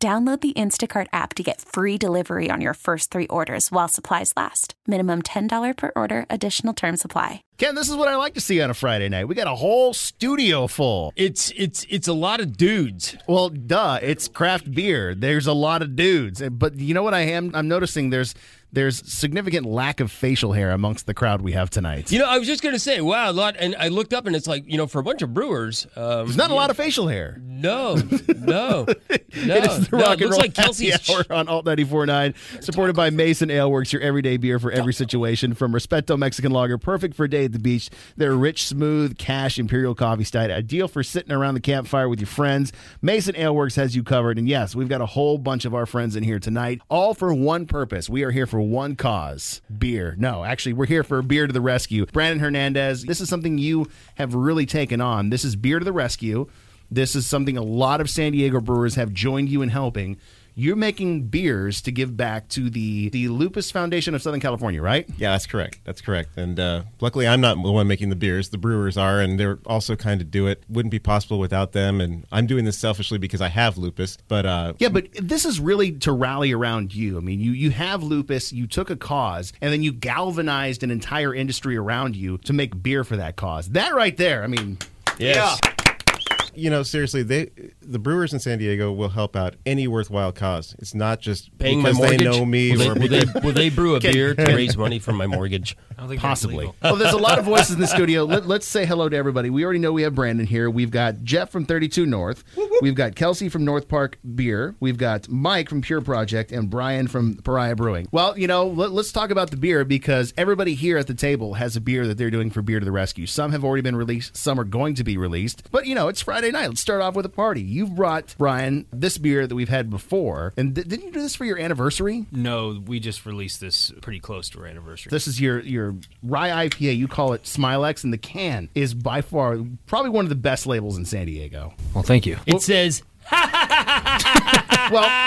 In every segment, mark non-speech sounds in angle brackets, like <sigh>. Download the Instacart app to get free delivery on your first three orders while supplies last. Minimum $10 per order, additional term supply. Ken, this is what I like to see on a Friday night. We got a whole studio full. It's it's it's a lot of dudes. Well, duh, it's craft beer. There's a lot of dudes. But you know what I am I'm noticing there's there's significant lack of facial hair amongst the crowd we have tonight. You know, I was just gonna say, wow, a lot. And I looked up, and it's like, you know, for a bunch of brewers, um, There's not a lot of facial hair. <laughs> no, no, no. It is the no, Rock it looks and Roll like Happy Kelsey's. Hour on Alt 94.9, supported by Mason Ale Works, your everyday beer for every situation. From Respeto Mexican Lager, perfect for a day at the beach. Their rich, smooth, cash Imperial coffee style, ideal for sitting around the campfire with your friends. Mason Ale Works has you covered. And yes, we've got a whole bunch of our friends in here tonight, all for one purpose. We are here for one cause beer. No, actually, we're here for Beer to the Rescue. Brandon Hernandez, this is something you have really taken on. This is Beer to the Rescue. This is something a lot of San Diego brewers have joined you in helping. You're making beers to give back to the the Lupus Foundation of Southern California, right? Yeah, that's correct. That's correct. And uh, luckily, I'm not the one making the beers. The brewers are, and they're also kind of do it. Wouldn't be possible without them. And I'm doing this selfishly because I have lupus. But uh, Yeah, but this is really to rally around you. I mean, you you have lupus, you took a cause, and then you galvanized an entire industry around you to make beer for that cause. That right there, I mean, Yes. you know, seriously, they the brewers in San Diego will help out any worthwhile cause. It's not just Paying my because mortgage. they know me Will or they, will, because- they, will they brew <laughs> a beer to raise money for my mortgage? Possibly. Well, there's a lot of voices in the studio. Let, let's say hello to everybody. We already know we have Brandon here. We've got Jeff from 32 North. We've got Kelsey from North Park Beer. We've got Mike from Pure Project and Brian from Pariah Brewing. Well, you know, let, let's talk about the beer because everybody here at the table has a beer that they're doing for Beer to the Rescue. Some have already been released, some are going to be released. But, you know, it's Friday night. Let's start off with a party. You brought, Brian, this beer that we've had before. And th- didn't you do this for your anniversary? No, we just released this pretty close to our anniversary. This is your your rye IPA. You call it Smilex, and the can is by far probably one of the best labels in San Diego. well, thank you. It says well,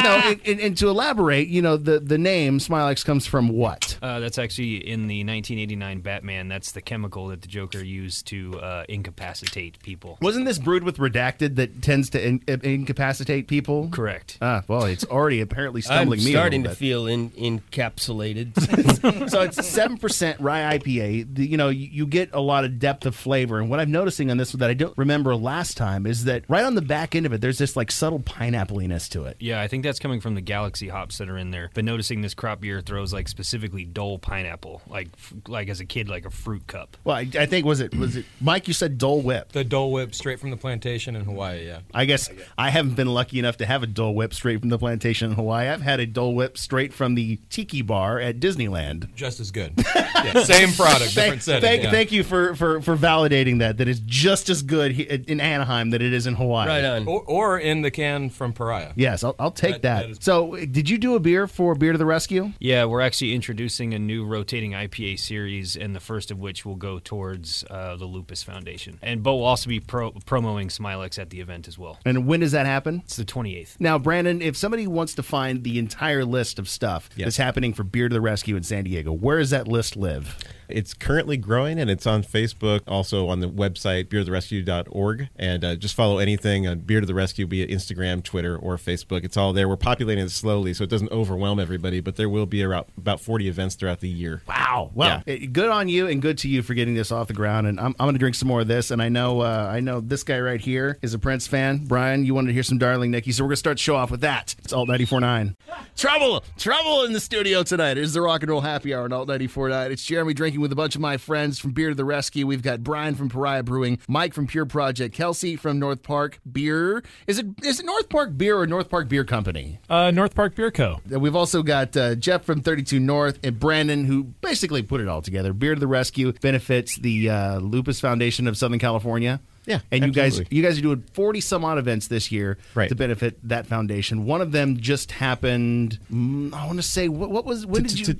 no, and, and, and to elaborate, you know the the name Smilex comes from what? Uh, that's actually in the 1989 Batman. That's the chemical that the Joker used to uh, incapacitate people. Wasn't this brewed with redacted that tends to in, in- incapacitate people? Correct. Ah, well, it's already apparently I'm stumbling me. a starting to little bit. feel in, encapsulated. <laughs> so it's seven percent rye IPA. The- you know, you, you get a lot of depth of flavor. And what I'm noticing on this that I don't remember last time is that right on the back end of it, there's this like subtle pineappliness to it. Yeah, I think that's coming from the Galaxy hops that are in there. But noticing this crop beer throws like specifically dull pineapple, like f- like as a kid, like a fruit cup. Well, I, I think was it was it Mike? You said Dole Whip. The Dole Whip straight from the plantation in Hawaii. Yeah. I guess I haven't been lucky enough to have a Dole Whip straight from the plantation in Hawaii. I've had a Dole Whip straight from the Tiki Bar at Disneyland. Just as <laughs> good. Yeah, same product, different Thank, setting. thank, yeah. thank you for, for, for validating that. That is just as good he- in Anaheim that it is in Hawaii. right on. Or, or in the can from Pariah. Yes, I'll, I'll take that. That- that is- so, did you do a beer for Beer to the Rescue? Yeah, we're actually introducing a new rotating IPA series, and the first of which will go towards uh, the Lupus Foundation. And Bo will also be pro- promoting Smilex at the event as well. And when does that happen? It's the 28th. Now, Brandon, if somebody wants to find the entire list of stuff that's happening for Beer to the Rescue in San Diego, where does that list live? It's currently growing and it's on Facebook, also on the website beertotherescue.org. And uh, just follow anything on Beer to the Rescue, be it Instagram, Twitter, or Facebook. It's all there. We're populating it slowly so it doesn't overwhelm everybody, but there will be around about 40 events throughout the year. Wow. Well, Yeah. it- good on you and good to you for getting this off the ground. And I'm, I'm going to drink some more of this. And I know uh, I know this guy right here is a Prince fan. Brian, you wanted to hear some Darling Nikki. So we're going to start the show off with that. It's Alt 94.9. trouble. Trouble in the studio tonight. It is the Rock and Roll Happy Hour on Alt 94.9. It's Jeremy drinking with a bunch of my friends from Beer to the Rescue. We've got Brian from Pariah Brewing, Mike from Pure Project, Kelsey from North Park Beer. Is it is it North Park Beer or North Park Beer Company? Uh, North Park Beer Co. We've also got uh, Jeff from 32 North and Brandon, who basically put it all together. Beer to the Rescue benefits the uh, Lupus Foundation of Southern California. Yeah, and you guys absolutely. you guys are doing forty some odd events this year Right. to benefit that foundation. One of them just happened. mm, I want to say what, what was when did you?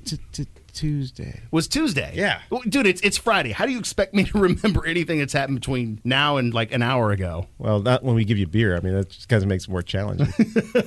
Tuesday. was Tuesday. Yeah. Well, dude, it's it's Friday. How do you expect me to <laughs> remember anything that's happened between now and like an hour ago? Well, not when we give you beer. I mean, that just kind of makes it more challenging.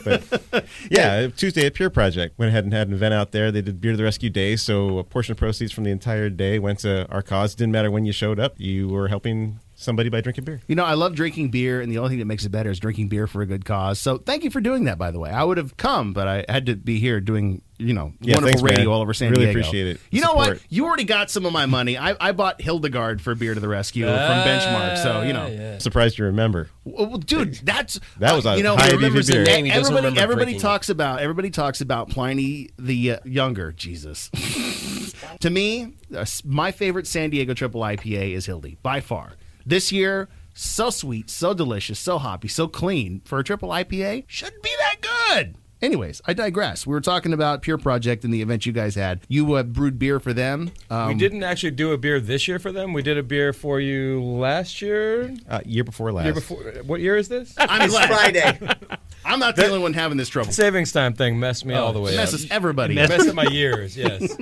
but yeah, Tuesday at Pure Project went ahead and had an event out there. They did Beer to the Rescue Day, so a portion of proceeds from the entire day went to our cause. Didn't matter when you showed up, you were helping somebody by drinking beer. You know, I love drinking beer, and the only thing that makes it better is drinking beer for a good cause. So, thank you for doing that. By the way, I would have come, but I had to be here doing you know Yeah, wonderful thanks, man. radio all over San Really Diego. appreciate it. You know what? Support. You already got some of my money. I, I bought Hildegard for beer to the rescue Ah, from Benchmark. So you know, Surprised you remember. Well, <laughs> well, dude, that's That was a Uh, you know high he remembers ABV the beer. name. Name, he doesn't Everybody, remember everybody drinking talks about everybody talks about Pliny the uh, younger. Jesus, <laughs> to me, uh, s- my favorite San Diego Triple IPA is Hildy by far. This year, so sweet, so delicious, so hoppy, so clean for a triple IPA shouldn't be that good. Anyways, I digress. We were talking about Pure Project and the event you guys had. You uh, brewed beer for them. Um, we didn't actually do a beer this year for them. We did a beer for you last year. Uh, year before last. Year before. uh, What year is this? I'm, glad- Friday. I'm not the only one having this trouble. Savings time thing messed me all the way up. oh, Messes everybody. up. Messed up my <laughs> years, <laughs> yes.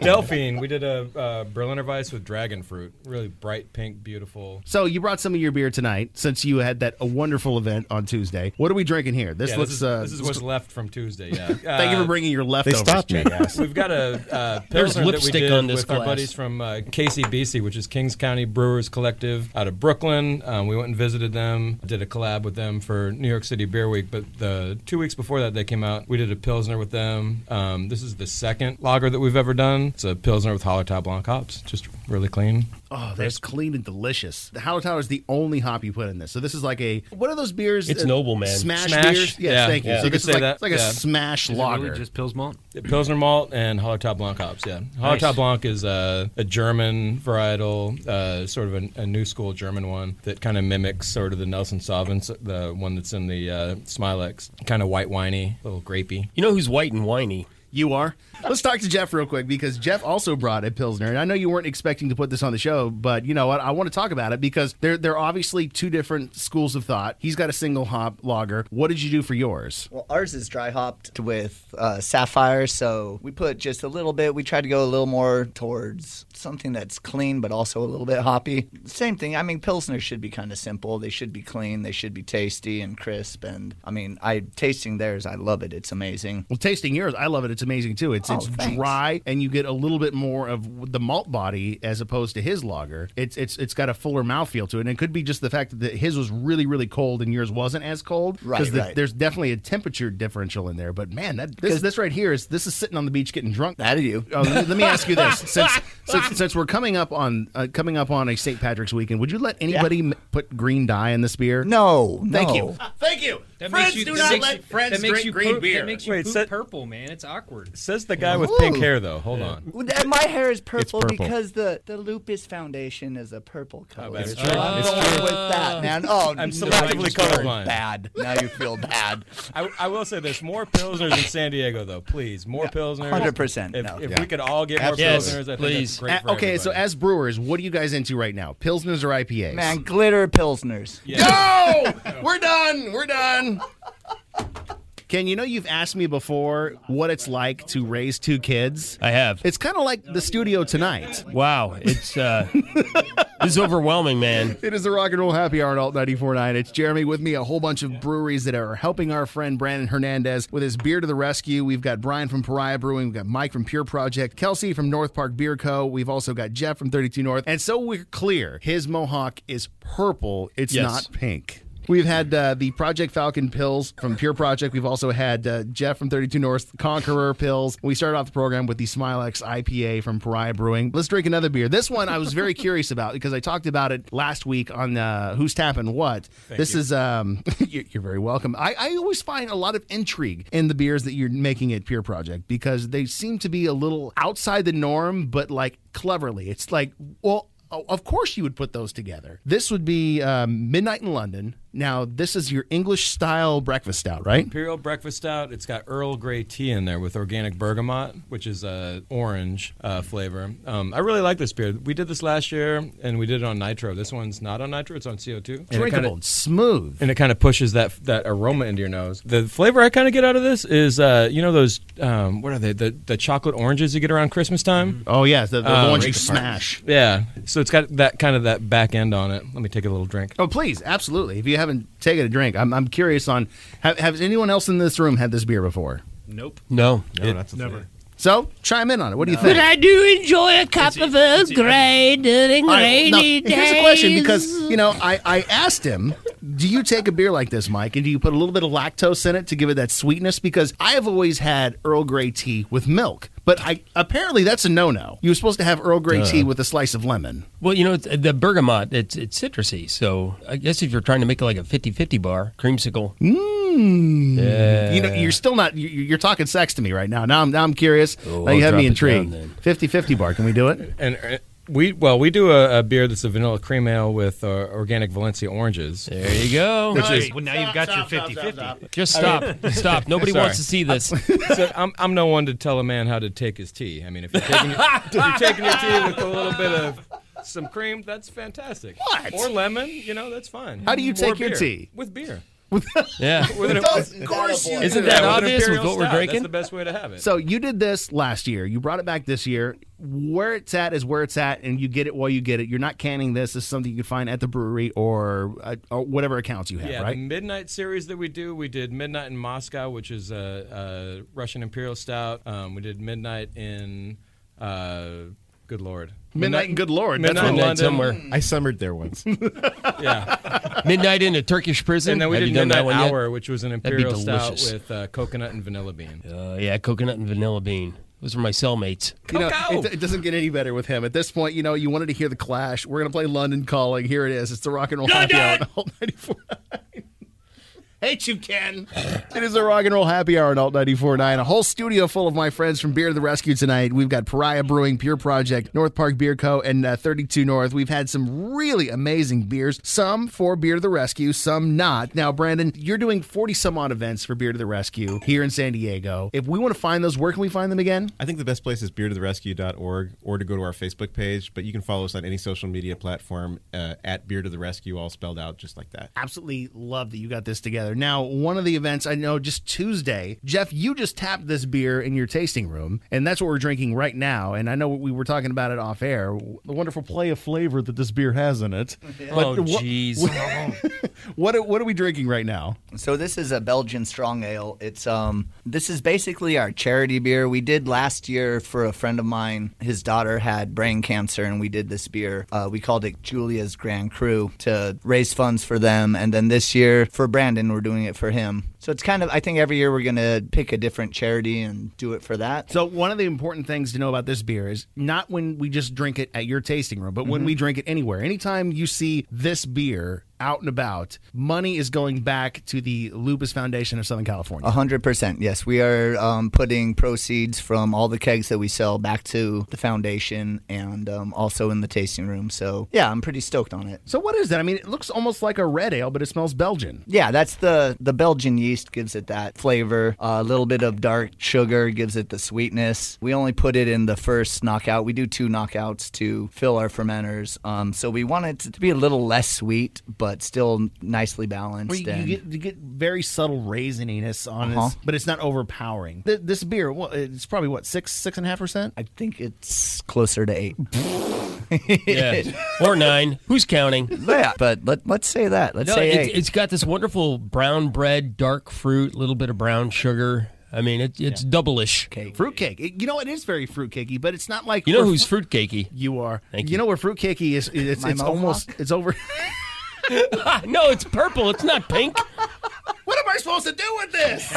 Delphine, we did a uh, Berliner Weiss with dragon fruit. Really bright pink, beautiful. So you brought some of your beer tonight, since you had that a wonderful event on Tuesday. What are we drinking here? This Yeah, looks. this, is, uh, this is what's left from Tuesday. <laughs> Yeah. thank you Uh, for bringing your They leftovers. stopped me. <laughs> We've got a uh, There's pilsner that we lipstick did on this with our glass. buddies from uh, KCBC, which is Kings County Brewers Collective out of Brooklyn. Um, we went and visited them, did a collab with them for New York City Beer Week. But the two weeks before that, they came out. We did a pilsner with them. Um, this is the second lager that we've ever done. It's a pilsner with Hallertau Blanc hops, just really clean. Oh, that's clean and delicious. The Hallertau is the only hop you put in this, so this is like a what are those beers? Uh, It's Noble, man. Smash, Smash? beers. Yes, Yeah, thank you. yeah. So You this could is say like, that, it's like yeah. a smash Is it lager. really just Pils Malt? Pilsner malt and Hallertau Blanc hops. Yeah, Hallertau Nice. Blanc is uh, a, a German varietal, uh, sort of a, a new school German one that kind of mimics sort of the Nelson Sauvin, s- the one that's in the uh, Smilex, kind of white winey, little grapey. You know who's white and whiny? You are. Let's talk to Jeff real quick because Jeff also brought a pilsner, and I know you weren't expecting to put this on the show, but you know what? I want to talk about it because they're they're obviously two different schools of thought. He's got a single hop lager. What did you do for yours? Well, ours is dry hopped with uh, sapphire, so we put just a little bit. We tried to go a little more towards something that's clean, but also a little bit hoppy. Same thing. I mean, pilsner should be kind of simple. They should be clean. They should be tasty and crisp. And I mean, I tasting theirs. I love it. It's amazing. Well, tasting yours, I love it. It's amazing too. It's Oh, it's thanks. dry, and you get a little bit more of the malt body as opposed to his lager. It's it's it's got a fuller mouthfeel to it, and it could be just the fact that his was really really cold and yours wasn't as cold. Right, 'Cause the- right. There's definitely a temperature differential in there. But man, that this this right here is this is sitting on the beach getting drunk. That of you. Oh, let, me, let me ask <laughs> you this: since, since since we're coming up on uh, coming up on a St. Patrick's weekend, would you let anybody m- put green dye in this beer? No, Thank no. you. Thank you. That makes you Wait, poop set- purple, man. It's awkward. Says the guy with pink hair, though. Hold on. Well, that- My hair is purple, purple. because the, the lupus foundation is a purple color. Oh, that's so I'm going with that, man. Oh, I'm now selectively you feel colorblind. Bad. Now you feel bad. <laughs> I, I will say there's more pilsners in San Diego, though. Please, more pilsners. 100%, If, no. if Yeah. we could all get Yes, more pilsners, I think please. that's great. Uh, for okay, so everybody. as brewers, what are you guys into right now? Pilsners or IPAs? Man, glitter pilsners. No! <laughs> We're done. We're done. Ken, you know you've asked me before what it's like to raise two kids. I have. It's kind of like the studio tonight. Wow, it's uh, <laughs> this is overwhelming, man. It is the Rock and Roll Happy Hour on Alt 94.9. It's Jeremy with me, a whole bunch of breweries that are helping our friend Brandon Hernandez with his beer to the rescue. We've got Brian from Pariah Brewing. We've got Mike from Pure Project. Kelsey from North Park Beer Co. We've also got Jeff from 32 North. And so we're clear, his mohawk is purple. It's Yes. not pink. We've had uh, the Project Falcon pills from Pure Project. We've also had uh, Jeff from 32 North Conqueror pills. We started off the program with the Smilex IPA from Pariah Brewing. Let's drink another beer. This one I was very curious about because I talked about it last week on uh, Who's Tapping What. this is, um, <laughs> you're you're very welcome. I, I always find a lot of intrigue in the beers that you're making at Pure Project because they seem to be a little outside the norm, but like cleverly. It's like, well, Oh, of course you would put those together. This would be um, Midnight in London, Now, this is your English style breakfast stout, right? Imperial breakfast stout. It's got Earl Grey tea in there with organic bergamot, which is a orange uh, flavor. Um, I really like this beer. We did this last year, and we did it on nitro. This one's not on nitro; it's on CO two. Drinkable, smooth. and it kind of pushes that that aroma into your nose. The flavor I kind of get out of this is, uh, you know, those um, what are they? The the chocolate oranges you get around Christmas time. Oh yeah, the, the Um, ones you smash. Yeah, so it's got that kind of that back end on it. Let me take a little drink. Oh please, absolutely. If you haven't taken a drink, I'm, I'm curious on have, has anyone else in this room had this beer before? Nope. No. No, that's never. So chime in on it. What do you think? I do enjoy a cup of Earl Grey during All right, rainy now, days. here's a question because you know I, I asked him, do you take a beer like this, Mike, and do you put a little bit of lactose in it to give it that sweetness? Because I have always had Earl Grey tea with milk, but I apparently that's a no-no. You're supposed to have Earl Grey tea with a slice of lemon. Well, you know, it's, the bergamot, it's, it's citrusy. So I guess if you're trying to make it like a 50 50 bar, creamsicle. Mm, Hmm. You know, you're still not. you- You're talking sex to me right now. Now I'm now I'm curious. now Oh, I'll you have drop me it intrigued. down then. 50-50 bar. Can we do it? And uh, we well, we do a, a beer that's a vanilla cream ale with uh, organic Valencia oranges. There you go. well, now you've got your 50 50. Just <laughs> stop. stop. Nobody Sorry. wants to see this. <laughs> so I'm, I'm no one to tell a man how to take his tea. I mean, if you're taking your, if you're taking your tea with a little bit of some cream, that's fantastic. What? Or lemon, you know, that's fine. How do you Or take your beer. tea? With beer. Yeah. <laughs> With an, Of course you. Isn't with that an obvious with imperial what we're stout. drinking? That's the best way to have it. So you did this last year. You brought it back this year. Where it's at is where it's at, and you get it while you get it. You're not canning this. This is something you can find at the brewery or, uh, or whatever accounts you have, yeah, right? the midnight series that we do, we did midnight in Moscow, which is a, a Russian imperial stout. Um, we did midnight in, uh, good lord, Midnight and Good Lord. That's Midnight what in Midnight London. somewhere. I summered there once. <laughs> Yeah, Midnight in a Turkish prison. and then we Have did you done midnight that one yet? hour, which was an be imperial stout delicious. with uh, coconut and vanilla bean. Uh, yeah, coconut and vanilla bean. Those were my cellmates. You know, Coco! it, it doesn't get any better with him. At this point, you know, you wanted to hear the clash. We're going to play London Calling. Here it is. It's the rock and roll happy hour on Alt 94. Hate you, Ken. it is the rock and roll happy hour on Alt 94.9. A whole studio full of my friends from Beer to the Rescue tonight. We've got Pariah Brewing, Pure Project, North Park Beer Co., and uh, 32 North. We've had some really amazing beers, some for Beer to the Rescue, some not. Now, Brandon, you're doing 40 some odd events for Beer to the Rescue here in San Diego. If we want to find those, where can we find them again? I think the best place is beertotherescue.org or to go to our Facebook page, but you can follow us on any social media platform uh, at Beer to the Rescue, all spelled out just like that. absolutely love that you got this together. Now, one of the events I know just Tuesday, Jeff, you just tapped this beer in your tasting room, and that's what we're drinking right now. And I know we were talking about it off air, the wonderful play of flavor that this beer has in it. oh, jeez. What are, what are we drinking right now? So this is a Belgian strong ale. It's um this is basically our charity beer. We did last year for a friend of mine. His daughter had brain cancer and we did this beer. Uh, we called it Julia's Grand Cru to raise funds for them and then this year for Brandon we're doing it for him. So it's kind of I think <laughs> every year we're going to pick a different charity and do it for that. So one of the important things to know about this beer is not when we just drink it at your tasting room, but Mm-hmm. when we drink it anywhere. Anytime you see this beer out and about, money is going back to the Lupus Foundation of Southern California. A hundred percent. Yes, we are um, putting proceeds from all the kegs that we sell back to the foundation and um, also in the tasting room. So yeah, I'm pretty stoked on it. So what is that? I mean, it looks almost like a red ale, but it smells Belgian. Yeah, that's the the Belgian yeast gives it that flavor. A little bit of dark sugar gives it the sweetness. We only put it in the first knockout. We do two knockouts to fill our fermenters. Um, so we want it to be a little less sweet, but still nicely balanced. Where you, you and- get you get very subtle raisininess on Uh-huh. it, but it's not overpowering. Th- this beer, well, it's probably what six six and a half percent. I think it's closer to eight. <laughs> yeah. Or nine. Who's counting? yeah, but let, let's say that. Let's No, say it's, eight. it's got this wonderful brown bread, dark fruit, little bit of brown sugar. I mean, it, it's double-ish. Fruitcake. It- you know, it is very fruitcakey, but it's not like You know we're- who's fruitcakey? <laughs> you are. Thank you. you. know where fruitcakey is. it- It's, My it's mohawk? almost it's over. Ah, no, it's purple. It's not pink. what am I supposed to do with this?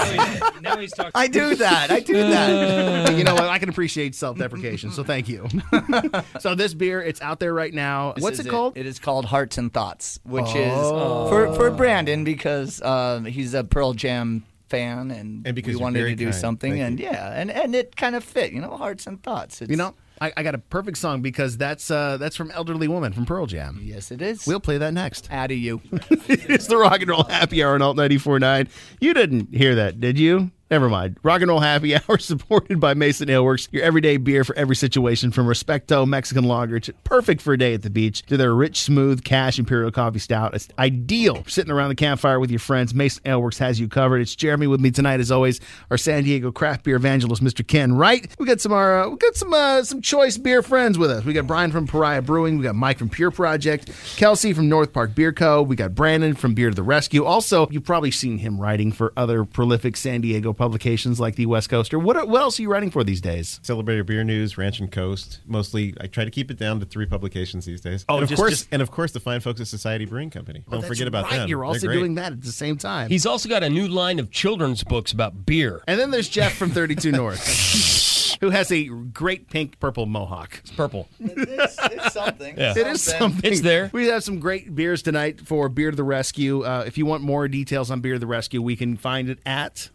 now he's talking. <laughs> I do that. I <laughs> do that. <laughs> you know what? I can appreciate self deprecation, so thank you. <laughs> so this beer, it's out there right now. This What's is it called? It is called Hearts and Thoughts, which Oh. is uh, for, for Brandon because um, he's a Pearl Jam fan and, And because we you're wanted very to do kind. something Thank and you. yeah and, and it kind of fit you know hearts and thoughts it's, You know, I, I got a perfect song because that's uh, that's from Elderly Woman from Pearl Jam. Yes, it is. We'll play that next. out of you. <laughs> it's the Rock and Roll Happy Hour on Alt 94.9. You didn't hear that, did you? Never mind. Rock and Roll Happy <laughs> Hour supported by Mason Ale Works, your everyday beer for every situation from Respecto Mexican Lager, to perfect for a day at the beach, to their rich, smooth cash Imperial Coffee Stout. It's ideal for sitting around the campfire with your friends. Mason Ale Works has you covered. It's Jeremy with me tonight, as always, our San Diego craft beer evangelist, Mr. Ken Wright. We got some our, uh, we got some uh, some choice beer friends with us. We got Brian from Pariah Brewing. We got Mike from Pure Project. Kelsey from North Park Beer Co. We got Brandon from Beer to the Rescue. Also, you've probably seen him writing for other prolific San Diego publications like the West Coaster. What, what else are you writing for these days? Celebrated Beer News, Ranch and Coast. Mostly, I try to keep it down to three publications these days. Oh, and of just- course, just- Oh, and of course, the fine folks at Society Brewing Company. Don't That's forget about right. them. You're They're also great. doing that at the same time. He's also got a new line of children's books about beer. and then there's Jeff from <laughs> 32 North, who has a great pink purple mohawk. It's purple. it's, it's something. Yeah. It is something. It's there. We have some great beers tonight for Beer to the Rescue. Uh, if you want more details on Beer to the Rescue, we can find it at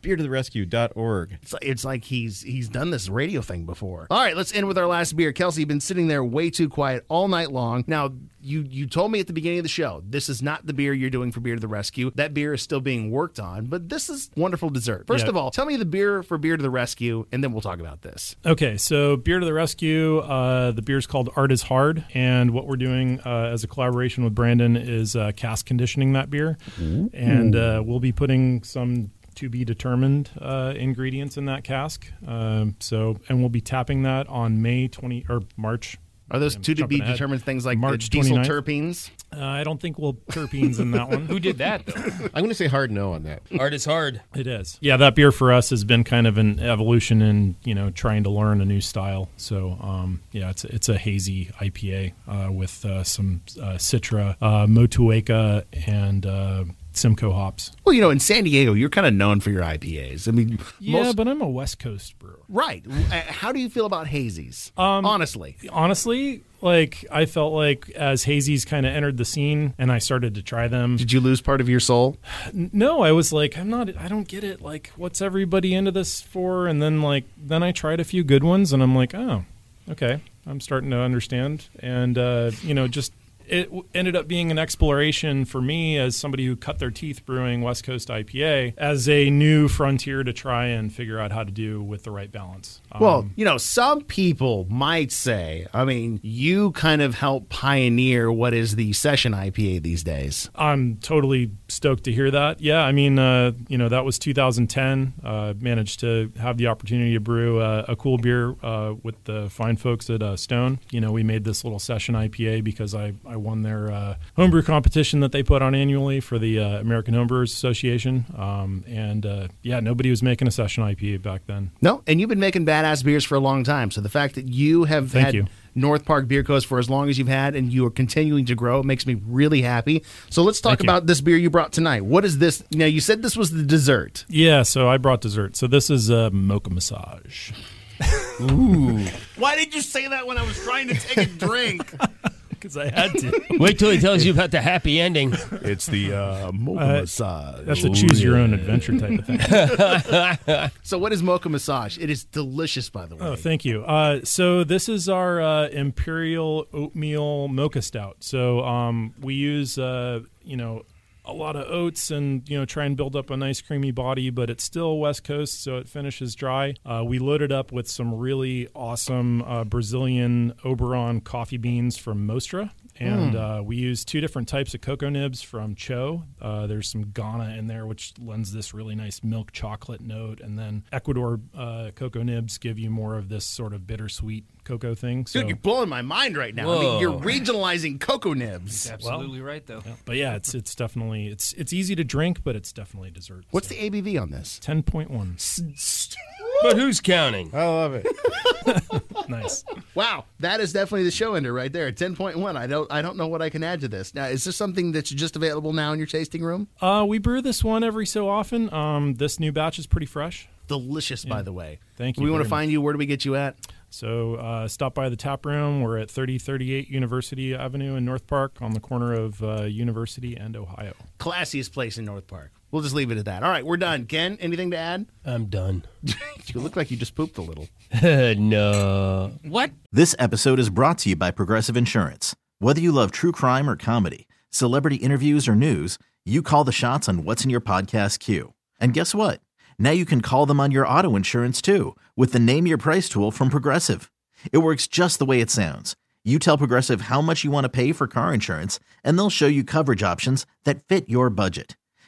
Beertotherescue.org. It's like, it's like he's he's done this radio thing before. All right, let's end with our last beer. Kelsey, you've been sitting there way too quiet all night long. Now, you you told me at the beginning of the show, this is not the beer you're doing for Beer to the Rescue. That beer is still being worked on, but this is wonderful dessert. First Yeah. of all, tell me the beer for Beer to the Rescue, and then we'll talk about this. Okay, so Beer to the Rescue. Uh, the beer's called Art is Hard. And what we're doing uh, as a collaboration with Brandon is uh, cast conditioning that beer. And uh, we'll be putting some to be determined uh, ingredients in that cask. Um, so, and we'll be tapping that on May 20 or March. Are those I'm two to be jumping ahead. determined things like March the diesel 29th? terpenes? Uh, I don't think we'll terpenes in <laughs> that one. Who did that though? I'm going to say hard no on that. Art is hard. It is. Yeah, that beer for us has been kind of an evolution in you know trying to learn a new style. So um, yeah, it's it's a hazy IPA uh, with uh, some uh, Citra, uh, Motueka, and uh, Simcoe hops. Well, you know, in San Diego, you're kind of known for your IPAs. I mean, Yeah, most, but I'm a West Coast brewer. right. Uh, How do you feel <laughs> about hazies? Honestly, Um, Honestly, like I felt like as hazies kind of entered the scene and I started to try them. did you lose part of your soul? no i was like i'm not i don't get it like what's everybody into this for and then like then i tried a few good ones and i'm like oh okay i'm starting to understand and uh, you know just it w- ended up being an exploration for me as somebody who cut their teeth brewing west coast ipa as a new frontier to try and figure out how to do with the right balance Um, Well, you know, some people might say, I mean, you kind of help pioneer what is the session IPA these days. I'm totally stoked to hear that. Yeah, I mean, uh, you know, that was 2010. Uh, managed to have the opportunity to brew uh, a cool beer uh, with the fine folks at uh, Stone. You know, we made this little session IPA because I, I won their uh, homebrew competition that they put on annually for the uh, American Homebrewers Association. Um, and uh, yeah, nobody was making a session IPA back then. No, and you've been making badass beers for a long time. So the fact that you have Thank had you. North Park Beer Coast for as long as you've had and you are continuing to grow, it makes me really happy. So let's talk Thank you. about this beer you brought tonight. What is this? Now, you said this was the dessert. Yeah, so I brought dessert. So this is a mocha massage. Why did you say that when I was trying to take a <laughs> drink? Because I had to. Wait till he tells you about the happy ending. it's the uh, mocha massage. That's a choose your own adventure type of thing. <laughs> So what is mocha massage? It is delicious, by the way. Oh, thank you. Uh, so this is our uh, imperial oatmeal mocha stout. So um, we use uh, you know a lot of oats and you know try and build up a nice creamy body, but it's still West Coast, so it finishes dry. Uh, we load it up with some really awesome uh, Brazilian Oberon coffee beans from Mostra. And uh, we use two different types of cocoa nibs from Cho. Uh, there's some Ghana in there, which lends this really nice milk chocolate note. And then Ecuador uh, cocoa nibs give you more of this sort of bittersweet cocoa thing. So, Dude, you're blowing my mind right now. I mean, Whoa. you're regionalizing cocoa nibs. Absolutely right though. but yeah, it's it's definitely it's it's easy to drink, but it's definitely dessert. What's the ABV on this? ten point one? But who's counting? I love <laughs> it. Nice. Wow, that is definitely the show ender right there. Ten point one. I don't, I don't know what I can add to this. Now, is this something that's just available now in your tasting room? Uh, we brew this one every so often. Um, this new batch is pretty fresh. Delicious, by the way. Thank We you want to very find you. Where do we get you at? So uh, stop by the tap room. We're at 3038 University Avenue in North Park on the corner of uh, University and Ohio. Classiest place in North Park. We'll just leave it at that. All right, we're done. Ken, anything to add? I'm done. <laughs> you look like you just pooped a little. no. What? This episode is brought to you by Progressive Insurance. Whether you love true crime or comedy, celebrity interviews or news, you call the shots on what's in your podcast queue. And guess what? Now you can call them on your auto insurance too with the Name Your Price tool from Progressive. It works just the way it sounds. You tell Progressive how much you want to pay for car insurance, and they'll show you coverage options that fit your budget.